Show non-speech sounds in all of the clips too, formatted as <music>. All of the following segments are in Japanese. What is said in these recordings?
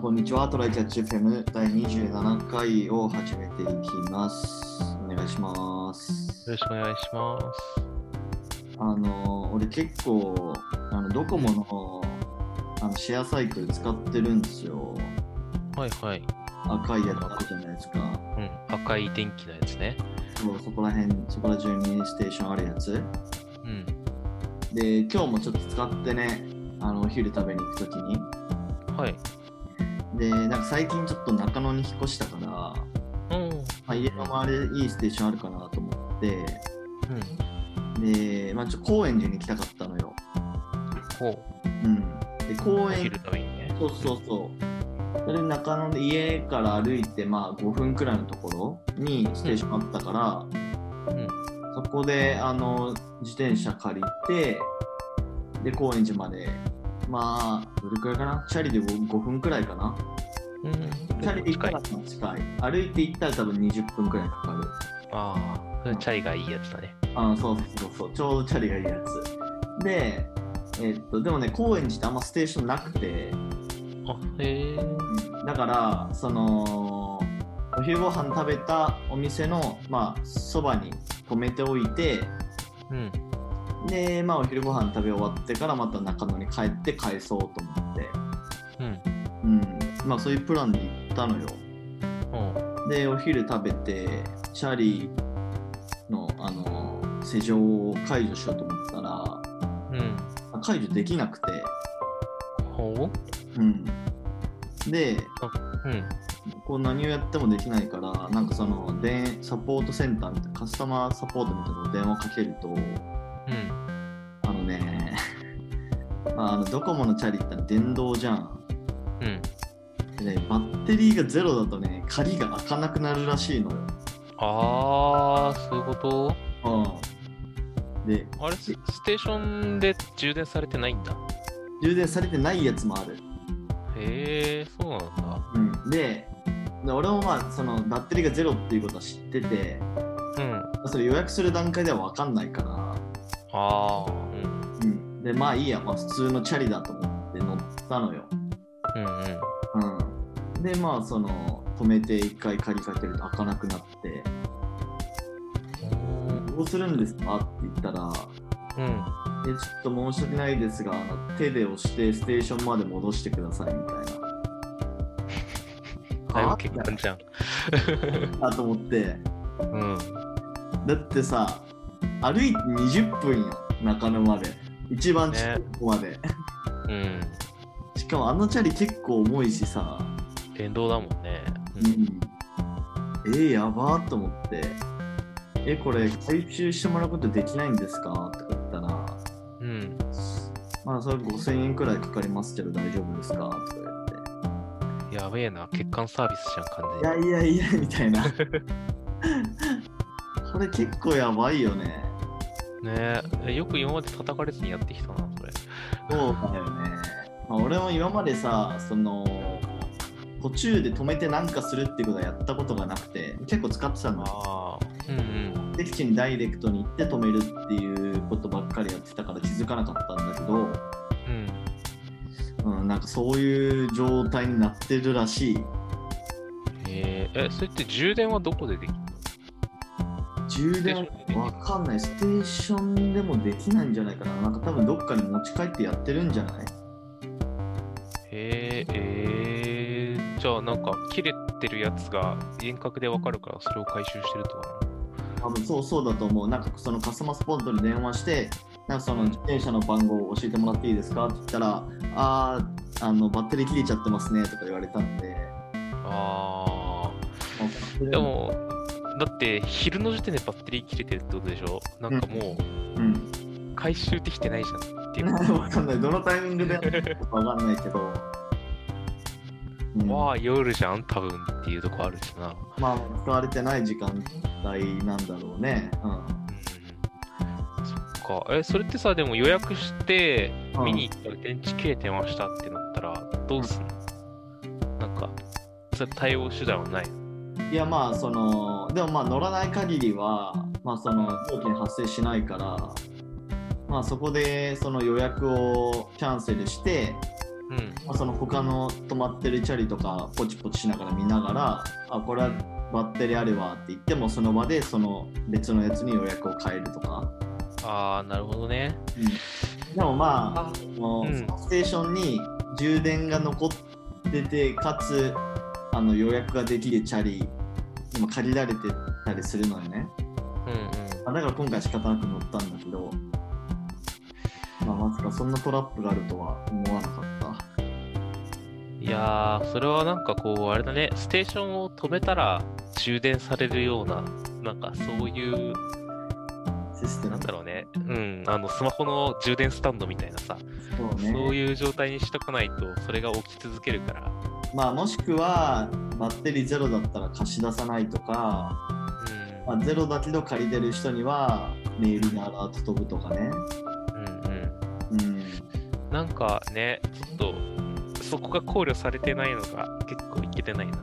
こんにちは、トライキャッチ FM 第27回を始めていきます。お願いします。よろしくお願いします。あの、俺結構、あのドコモのあのシェアサイクル使ってるんですよ。はいはい。赤いやつあるじゃないですか。うん。赤い電気のやつね。そうそこら辺、そこら中にステーションあるやつ。うん。で、今日もちょっと使ってね、あのお昼食べに行くときに。はい。で、なんか最近ちょっと中野に引っ越したから、まうん。あ、家の周りいいステーションあるかなと思って、うん。で、まあ、ちょ高円寺に行きたかったのよ。こうん。で、う、高お円昼食べにね。そうそうそう。それで中野で家から歩いて、まあ、5分くらいのところにステーションあったから、うん。そこであの自転車借りて、で、高円寺まで、まあ、どれくらいかな、チャリで 5, 分くらいかな。うん。チャリで行った近いら。近い。歩いて行ったら多分20分くらいかかる。ああ、チャリがいいやつだね。あそうそうそうそう、ちょうどチャリがいいやつ。で、えっと、でもね、高円寺ってあんまステーションなくて、あ、へえ。だからそのお昼ご飯食べたお店のまあそばに止めておいてうん。でまあお昼ご飯食べ終わってからまた中野に帰って返そうと思ってうん。うんまあそういうプランで行ったのようん。でお昼食べてチャリのあの施錠を解除しようと思ったらうん。解除できなくてほうんでううん。こう何をやってもできないからなんかその電サポートセンターみたいなカスタマーサポートみたいなのを電話かけるとうん。あのね <laughs> まああのドコモのチャリって電動じゃんうん。で、ね、バッテリーがゼロだとね鍵が開かなくなるらしいのよ、ああ、そういうことうん、であれ、スステーションで充電されてないんだ。充電されてないやつもある、へえ、そうなんだ。うん、でで俺もまあそのバッテリーがゼロっていうことは知っててうん。それ予約する段階では分かんないからああ、ううん。ん、でまあいいや、まあ、普通のチャリだと思って乗ったのよ、うんうん。うん、でまあその止めて一回借りかけると開かなくなって「どうするんですか?」って言ったらうん。 「えちょっと申し訳ないですがあの手で押してステーションまで戻してください」みたいな。だいはあぶ欠陥じゃん。あと思ってうん。だってさ歩いて20分よ中野まで一番近いとこまで、うん。しかもあのチャリ結構重いしさ電動だもんね。うん、えやばーと思って、え、これ、回収してもらうことできないんですかとか言ったら、うん。まあ、それ5000円くらいかかりますけど大丈夫ですかとかやべえな、欠陥サービスじゃん、完言っ全に。て、いやいやいや、みたいな。 <laughs> これ結構やばいよね。ねえ、よく今まで叩かれずにやってきたな、それ。そうだよね。まあ、俺も今までさ、その、途中で止めてなんかするってことはやったことがなくて、結構使ってたのは、ああ。うんうん。敵地にダイレクトに行って止めるっていうことばっかりやってたから気づかなかったんだけど、うん。うん、なんかそういう状態になってるらしいえー、え、それって充電はどこでできるの充電わかんないステーションでもできないんじゃないかななんか多分どっかに持ち帰ってやってるんじゃないえー、えー、じゃあなんか、切れてるやつが遠隔でわかるから、それを回収してるとか多分そうそうだと思うなんかそのカスタマーサポートに電話してなんかその自転車の番号を教えてもらっていいですかって言ったらあーあのバッテリー切れちゃってますねとか言われたんで、な。あまああ。で、も、だって、昼の時点でバッテリー切れてるってことでしょなんかもうん、う、回収できてないじゃんって <laughs> い <laughs> う。わかんないどのタイミングでわかんないけど、うんわあ、夜じゃん、多分っていうとこあるしな。まあ使われてない時間帯なんだろうね、うん、うんそっか。え、それってさ、でも予約して、うん見に行ったら電池切れてましたってなったら、どうすんの、なんか、それ対応手段はない。いやまあそのでもまあ乗らない限りはまあその早期に発生しないからまあそこでその予約をキャンセルしてうん。まあ、その他の止まってるチャリとかポチポチしながら見ながらあこれはバッテリーあればって言ってもその場でその別のやつに予約を変えるとか、ああ、なるほどね。うん、でもまああそのうんそのステーションに充電が残っててかつあの予約ができるチャリ今借りられてたりするのよね、うんうん。まあ、だから今回仕方なく乗ったんだけど、まあ、まさかそんなトラップがあるとは思わなかった。いやー、それはなんかこう、あれだね、ステーションを止めたら充電されるような、なんかそういう、システムなんだろうね、うん、あの、スマホの充電スタンドみたいなさ、そうねそういう状態にしとかないと、それが起き続けるから。まあ、もしくはバッテリーゼロだったら貸し出さないとか、まあ、ゼロだけど借りてる人にはメールでアラート飛ぶとかね。うん、うん、うん。うん、なんかね、ちょっと、そこが考慮されてないのが結構いけてないな。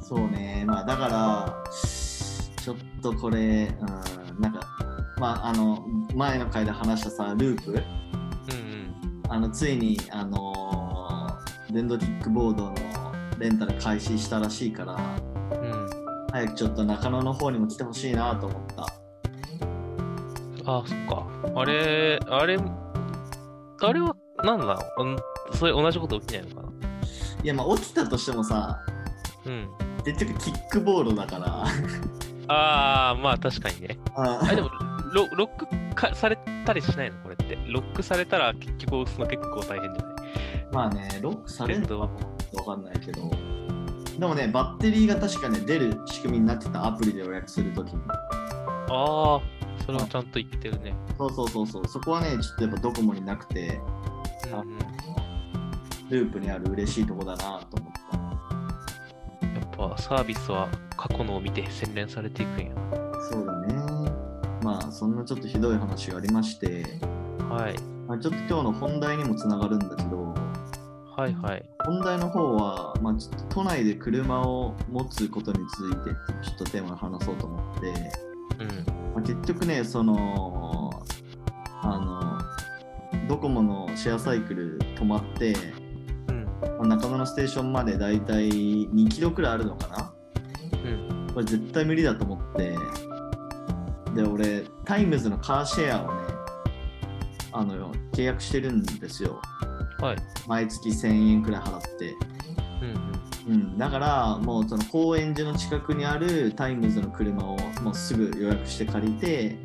そうね、まあ、だからちょっとこれ、うん、なんか、まあ、あの前の回で話したさループうんあのついに、あのー電動キックボードのレンタル開始したらしいからうん。うん。早くちょっと中野の方にも来てほしいなと思った。あ、そっか。あれ、あれ、あれは何なのうんそれ同じこと起きないのかないやまあ起きたとしてもさうん。結局キックボードだから。ああ、まあ確かにね。ああでもロ、ロックかされたりしないのこれって。ロックされたら結局押すの結構大変じゃない <laughs> まあね、ロックされる電のか動はもう。わかんないけど、でもね、バッテリーが確かね、出る仕組みになってたアプリで予約するときに。ああ、それはちゃんと言ってるね。そうそうそうそう、そこはね、ちょっとやっぱドコモになくて、うんうん、ループにある嬉しいとこだなと思っやっぱサービスは過去のを見て洗練されていくんや。た。そうだね。まあ、そんなちょっとひどい話がありまして、はい。まあ、ちょっと今日の本題にもつながるんだけど、はいはい。本題の方は、まあ、ちょっと都内で車を持つことについて、ちょっとテーマを話そうと思って、うまん。あ、結局ねそのあのドコモのシェアサイクル止まって、うん。まあ中野のステーションまでだいたい2キロくらいあるのかなうん。これ絶対無理だと思ってで俺タイムズのカーシェアをねあの契約してるんですよはい。毎月1000円くらい払って、うんうん。うん、だからもうその高円寺の近くにあるタイムズの車をもうすぐ予約して借りて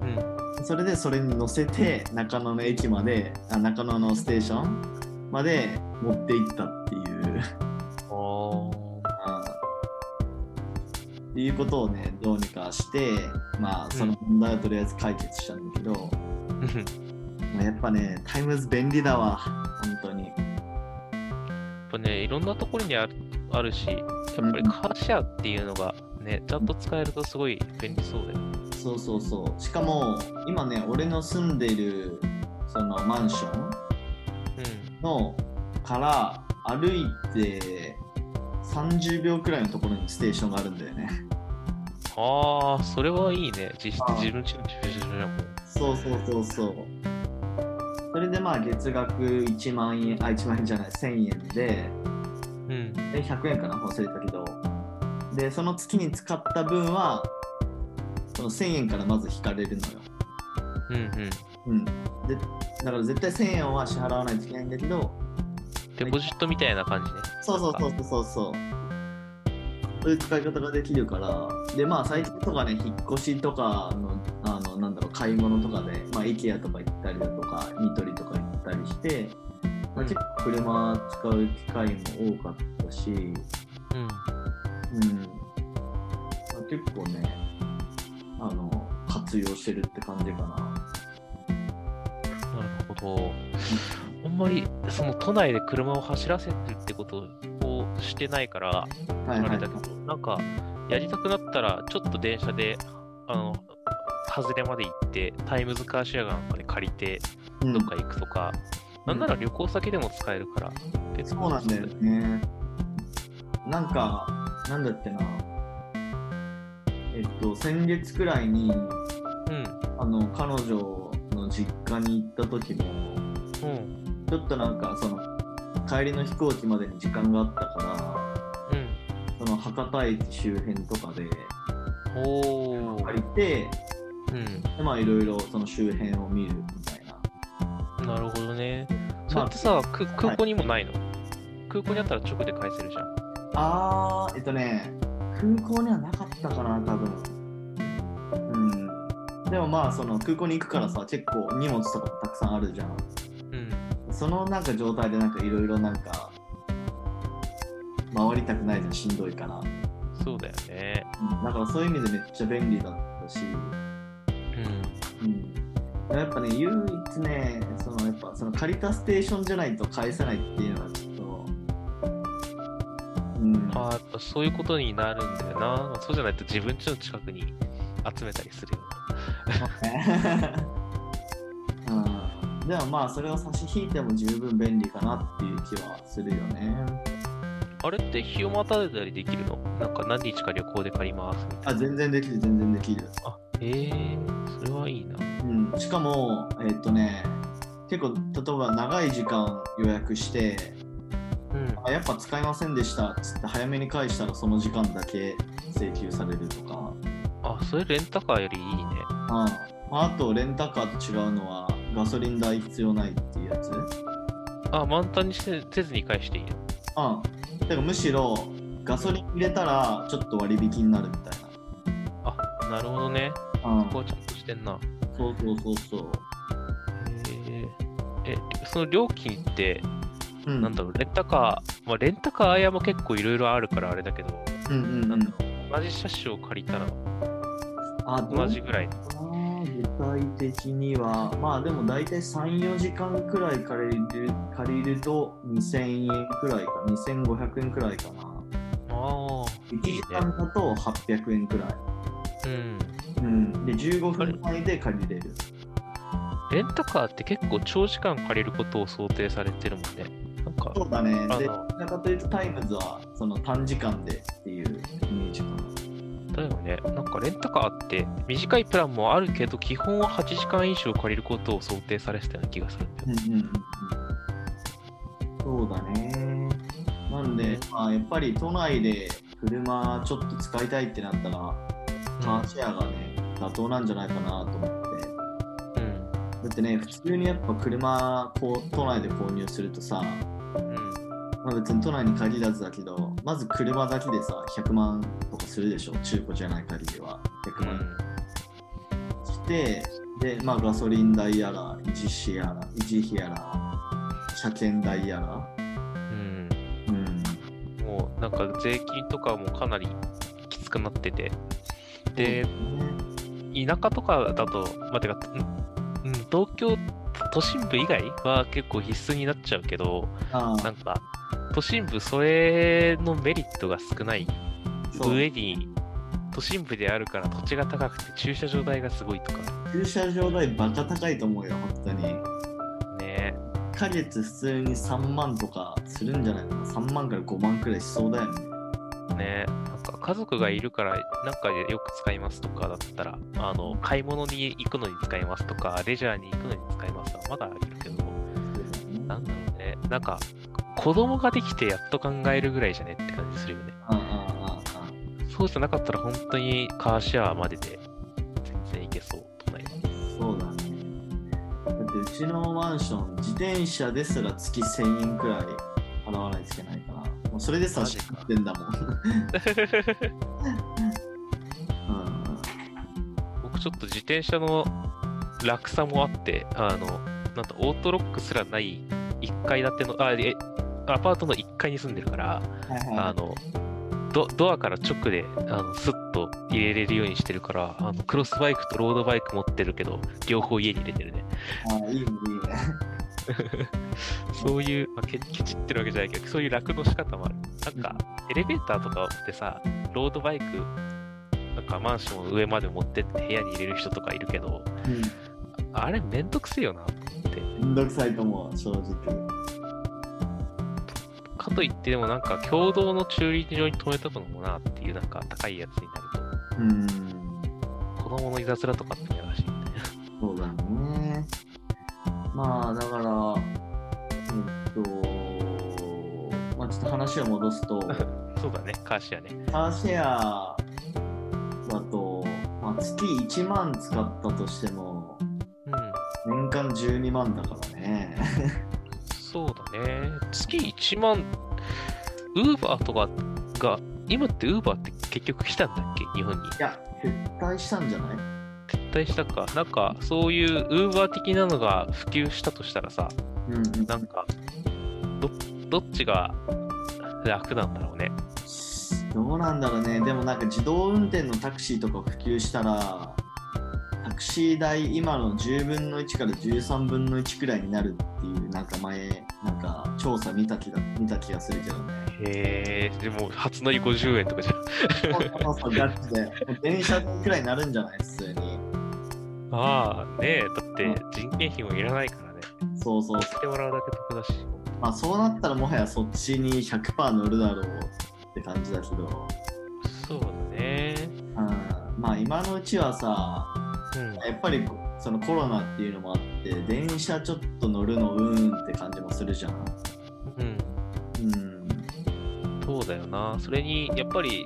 うん。それでそれに乗せて中野の駅まであ中野のステーションまで持って行ったっていうああ。あーっていうことをねどうにかしてまあその問題をとりあえず解決したんだけど、うんまあやっぱねタイムズ便利だわ本当にやっぱね、いろんなところにあるあるし、やっぱりカーシェアっていうのがね、ちゃんと使えるとすごい便利そうだよ。そうそうそうしかも今ね俺の住んでいるそのマンションのから歩いて30秒くらいのところにステーションがあるんだよねああ、それはいいね。実質あー自分ちの駐車場やもん。そうそうそうそう。それでまあ月額1万円、あ、1万円じゃない、1000円で、うん。で100円かな、忘れたけど。で、その月に使った分は、その1000円からまず引かれるのよ。ううんん。で、だから絶対1000円は支払わないといけないんだけど、うん。デポジットみたいな感じね。そうそうそうそうそうそう。そういう使い方ができるから、で、まあ最近とかね、引っ越しとかの、あの、なんだろう、買い物とかで、まあ、IKEA とか行ったりだとか、ニトリとか行ったりして、まあ、結構車使う機会も多かったし、うん。うん。まあ、結構ね、あの、活用してるって感じかな。なるほど。あんまり、その都内で車を走らせるってことをしてないから、はあいはれいだ。けど、なんか、やりたくなったら、ちょっと電車で、あの、外れまで行って、タイムズカーシェアなんかで借りて、うんどっか行くとか、うんなんなら旅行先でも使えるから、結そう構なんだよね。なんか、なんだってな。えっと、先月くらいに、うん。あの、彼女の実家に行った時も、うん。ちょっとなんか、その、帰りの飛行機までに時間があったからうん。その博多駅周辺とかでおー借。りてうん。でまあいろいろその周辺を見るみたいななるほどね。そまあれってさ、く空港にもないの、空港にあったら直で返せるじゃん。あーえっとね空港にはなかったかな多分うんでもまあその空港に行くからさ結構荷物とかもたくさんあるじゃんうん。そのなんか状態でなんかいろいろなんか回りたくないじゃんしんどいから、うんそうだよね。だからそういう意味でめっちゃ便利だったし、うん。うん、やっぱね唯一ねそのやっぱその借りたステーションじゃないと返さないっていうのはちょっとうんあーやっぱそういうことになるんだよな。まあそうじゃないと自分家の近くに集めたりするよ。 <laughs> うんでもまあそれを差し引いても十分便利かなっていう気はするよね。あれって日をまたいだりできるのなんか何日か旅行で借りますみたいな。あ全然できる全然できる。あ、えー、それはいいな。うん、しかもえっとね結構例えば長い時間予約してうん。あやっぱ使いませんでしたっつって早めに返したらその時間だけ請求されるとか。あ、それレンタカーよりいいね。うんまああとレンタカーと違うのはガソリン代必要ないっていうやつ。あ、満タンにせせずに返していいのうん。だからむしろガソリン入れたらちょっと割引になるみたいな。あ、なるほどね。うんここはちゃんとしてんな。そうそうそうそう。ええ、その料金って、うんなんだろう、レンタカー、まあ、レンタカー屋も結構いろいろあるからあれだけど、うんうんなうんだん。ろう、同じ車種を借りたらあ、同じぐらい。あ具体的には、まあでも大体3、4時間くらい借りる借りると2000円くらいか、2500円くらいかな。ああ、 1いい時ね。間だと800円くらい。うん。うん。で、15分前で借りれる。レンタカーって結構長時間借りることを想定されてるもんね。なんか、そうだね。あので、どちらかというとタイムズはその短時間でっていうイメージかな。だよね。なんかレンタカーって短いプランもあるけど、基本は8時間以上借りることを想定されてたような気がするんだよう。んうんうんうんそうだね。なんで、まあ、やっぱり都内で車ちょっと使いたいってなったら、カーシェアがね、妥当なんじゃないかなと思って。うん。だってね、普通にやっぱ車こう都内で購入するとさ、うん。まあ、別に都内に限らずだけど、まず車だけでさ、100万とかするでしょ、中古じゃない限りは。100万して、で、まあ、ガソリン代やら、維持費やら、維持費やら、車検代やら。うん。うんうん。もうなんか税金とかもかなりきつくなってて。で、田舎とかだと、まあ、てか、うん、うん東京都心部以外は結構必須になっちゃうけど、あなあんか、都心部それのメリットが少ないそう上に、都心部であるから土地が高くて駐車場代がすごいとか駐車場代バカ高いと思うよ本当にね。 1ヶ月普通に3万とかするんじゃないかな3万から5万くらいしそうだよねねなんか家族がいるから、なんかでよく使いますとかだったら、あの、買い物に行くのに使いますとか、レジャーに行くのに使いますはまだあるけど、なんだろうね。なんか、子供ができてやっと考えるぐらいじゃねって感じするよね。ああああああそうじゃなかったら本当にカーシェアまでで全然いけそう、都内は。そうだねだってうちのマンション自転車ですら月1000円くらい払わないといけないからもうそれでさマジ知かってんだもん、うん、僕ちょっと自転車の落差もあって、あの、なんとオートロックすらない1階建ての、あ、え、アパートの1階に住んでるから、はいあはの、ドドアから直であのスッと入れれるようにしてるからあの、クロスバイクとロードバイク持ってるけど、両方家に入れてるね。いあいいねいいねそういう、まあ、ケケチってるわけじゃないけど、そういう楽の仕方もある。なんか、エレベーターとかってさ、ロードバイク、なんかマンションの上まで持ってって部屋に入れる人とかいるけど、あれめんどくせえよなと思って。うんめんどくさいと思う正直かといってでもなんか共同の駐輪場に止めとくのもなっていうなんか高いやつになるうんと子供のいたずらとかってやらしいみたいな。そうだね。まあだから、えっと、と話を戻 <laughs> すと、そうだね、カーシェアね。カーシェアだと、まあ、月1万使ったとしても、うん。年間12万だからね。そうだね。月1万、ウーバーとかが、今ってウーバーって結局来たんだっけ日本に。いや、撤退したんじゃない撤退したか。なんか、そういうウーバー的なのが普及したとしたらさ、うんうんなんか、ど、どっちが楽なんだろうね。どうなんだろうね、でもなんか自動運転のタクシーとか普及したら、タクシー代、今の10分の1から13分の1くらいになるっていう、なんか前、なんか調査見た気が見た気がするけどね。へえ、でも、初乗り50円とかじゃん。そうそうガチで、もう電車くらいになるんじゃない普通に。ああ、ねえ、だって人件費もいらないからね。そうそう来てもらうだけ得だし。まあ、そうなったらもはやそっちに100%乗るだろうって感じだけど、そうだね。うん、まあ今のうちはさうん。やっぱりこそのコロナっていうのもあって電車ちょっと乗るのうーんって感じもするじゃん。うん。うん、そうだよな。それに、やっぱり、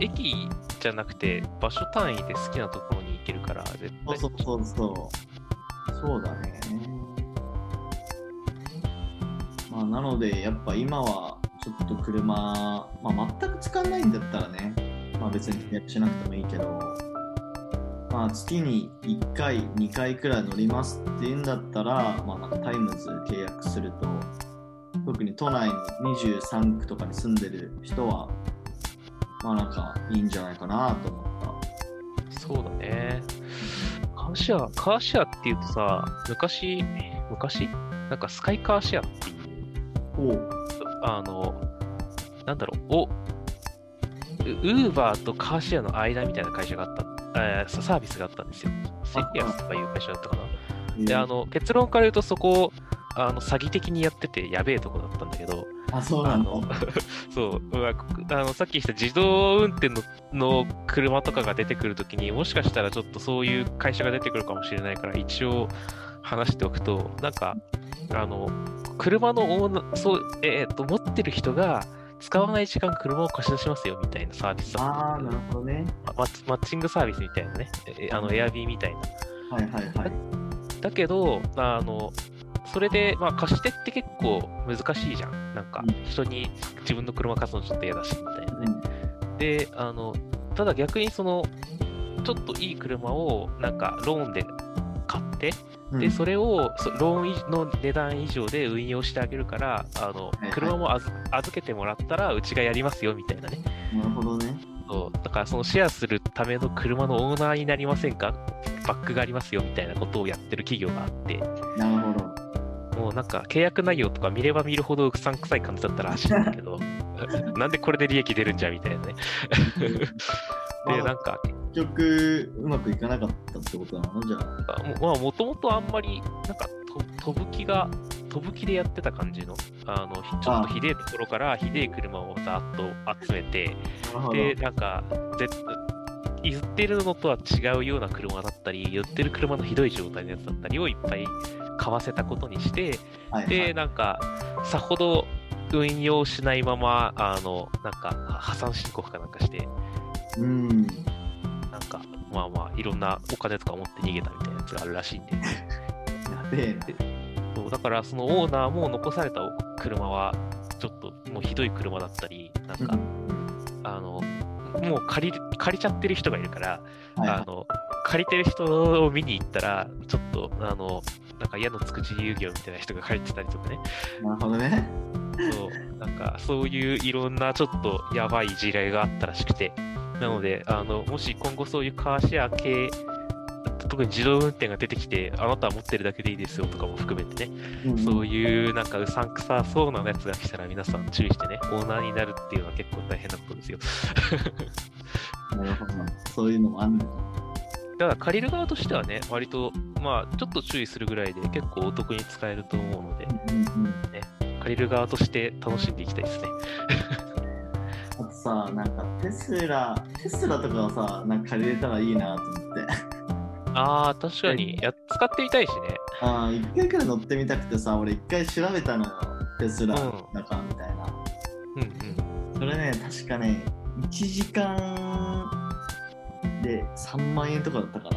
駅じゃなくて、場所単位で好きなところに行けるから、絶そう対。そうそうそうそうだね。まあなのでやっぱ今はちょっと車、まあ、全く使わないんだったらね、まあ、別に契約しなくてもいいけど、まあ、月に1回2回くらい乗りますっていうんだったら、まあ、なんかタイムズ契約すると特に都内に23区とかに住んでる人はまあなんかいいんじゃないかなと思った。そうだね。カーシェア、カーシェアっていうとさ、昔、昔なんかスカイカーシェアっていう、おあの、なんだろう、お、ウーバーとカーシェアの間みたいな会社があった、えーササービスがあったんですよ。セリアスとかいう会社だったかな。で、あの、結論から言うとそこを、あの、詐欺的にやっててやべえとこだったんだけど、あ、そうなあのの、 <laughs> そう、うわあの、さっき言った自動運転のの車とかが出てくるときにもしかしたらちょっとそういう会社が出てくるかもしれないから、一応話しておくと、なんか、あの、車のオーナー、そう、えーっと、持ってる人が、使わない時間車を貸し出しますよみたいなサービスだったあんー、なだけるどほどね。マッチマッチングサービスみたいなね、えあの、エアビーみたいな。はいはいはい。だけど、あの、それで、まあ、貸し手って結構難しいじゃん。なんかうん、人に自分の車貸すのちょっと嫌だし、みたいなね。で、あの、ただ逆にその、ちょっといい車を、なんか、ローンで買って、うんで、それを、そローンの値段以上で運用してあげるから、あのいはい、車も預預けてもらったら、うちがやりますよ、みたいなね。なるほどね。そうだからそのシェアするための車のオーナーになりませんかバックがありますよみたいなことをやってる企業があってなるほ <laughs> ど。もうなんか契約内容とか見れば見るほどうさんくさい感じだったら走るんだけどなんでこれで利益出るんじゃみたいなねでなんか結局、うまくいかなかったってことなのじゃあ。もまあもともとあんまりなんかと飛ぶ気が飛ぶ気でやってた感じのあのひちょっとひでえところからひでえ車をざーっと集めてなるほで、なんか、ぜ言ってるのとは違うような車だったり、言ってる車のひどい状態のやつだったりをいっぱい買わせたことにして、はいはで、い、なんか、さほど運用しないまま、あの、なんか、破産申告かなんかして、うん。なんか、まあまあ、いろんなお金とか持って逃げたみたいなやつがあるらしいんで、やべえな。そうだから、そのオーナーも残された車は、ちょっともうひどい車だったり、なんうんか、あの、もう借りる借りちゃってる人がいるから、はいあはの借りてる人を見に行ったら、ちょっとあのなんか矢のつく自由業みたいな人が借りてたりとかね、い。なるほどね。そうなんかそういういろんなちょっとやばい事例があったらしくて、なので、あのもし今後そういうカーシェア系、特に自動運転が出てきて、あなたは持ってるだけでいいですよとかも含めてね、うんそういうなんかうさんくさそうなやつが来たら、皆さん注意してね、オーナーになるっていうのは結構大変なことですよ。なるほど。そういうのもあんのか。ただ借りる側としてはね、割と、まあ、ちょっと注意するぐらいで結構お得に使えると思うので、うんうんうん借りる側として楽しんでいきたいですね。あとさ、なんかテスラ、テスラとかはさ、なんか借りれたらいいなと思って。ああ、確かに。いや、使ってみたいしね。ああ、一回くらい乗ってみたくてさ、俺一回調べたのよ。テスラう、んだかみたいな。うんうん。それね、確かね、1時間で3万円とかだったか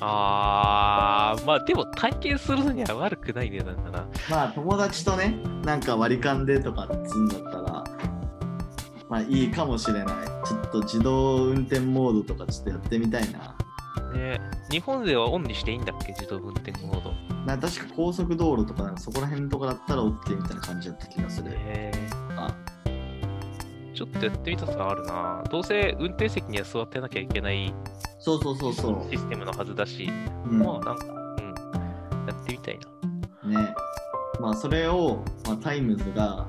ら、あー、まあでも体験するには悪くない値段だな。まあ友達とね、なんか割り勘でとかっつうんだったら、まあいいかもしれない。ちょっと自動運転モードとかちょっとやってみたいな。ね、日本ではオンにしていいんだっけ自動運転モード。なんか確か高速道路とかなんかそこら辺のとかだったら OK みたいな感じだった気がする。へあーちょっとやってみたさあるな。どうせ運転席には座ってなきゃいけないそうそうそうそう。システムのはずだし、うん、まあなんか、うん、やってみたいな。ね。まあそれを、まあ、タイムズが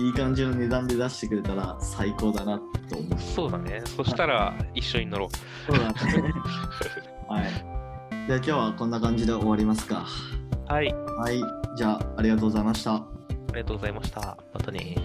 いい感じの値段で出してくれたら最高だなと思う。そうだね。そしたら一緒に乗ろう。そうだ <laughs> ね。はい。じゃあ今日はこんな感じで終わりますか。はい。あはい。じゃあありがとうございました。りがとうございました。またね。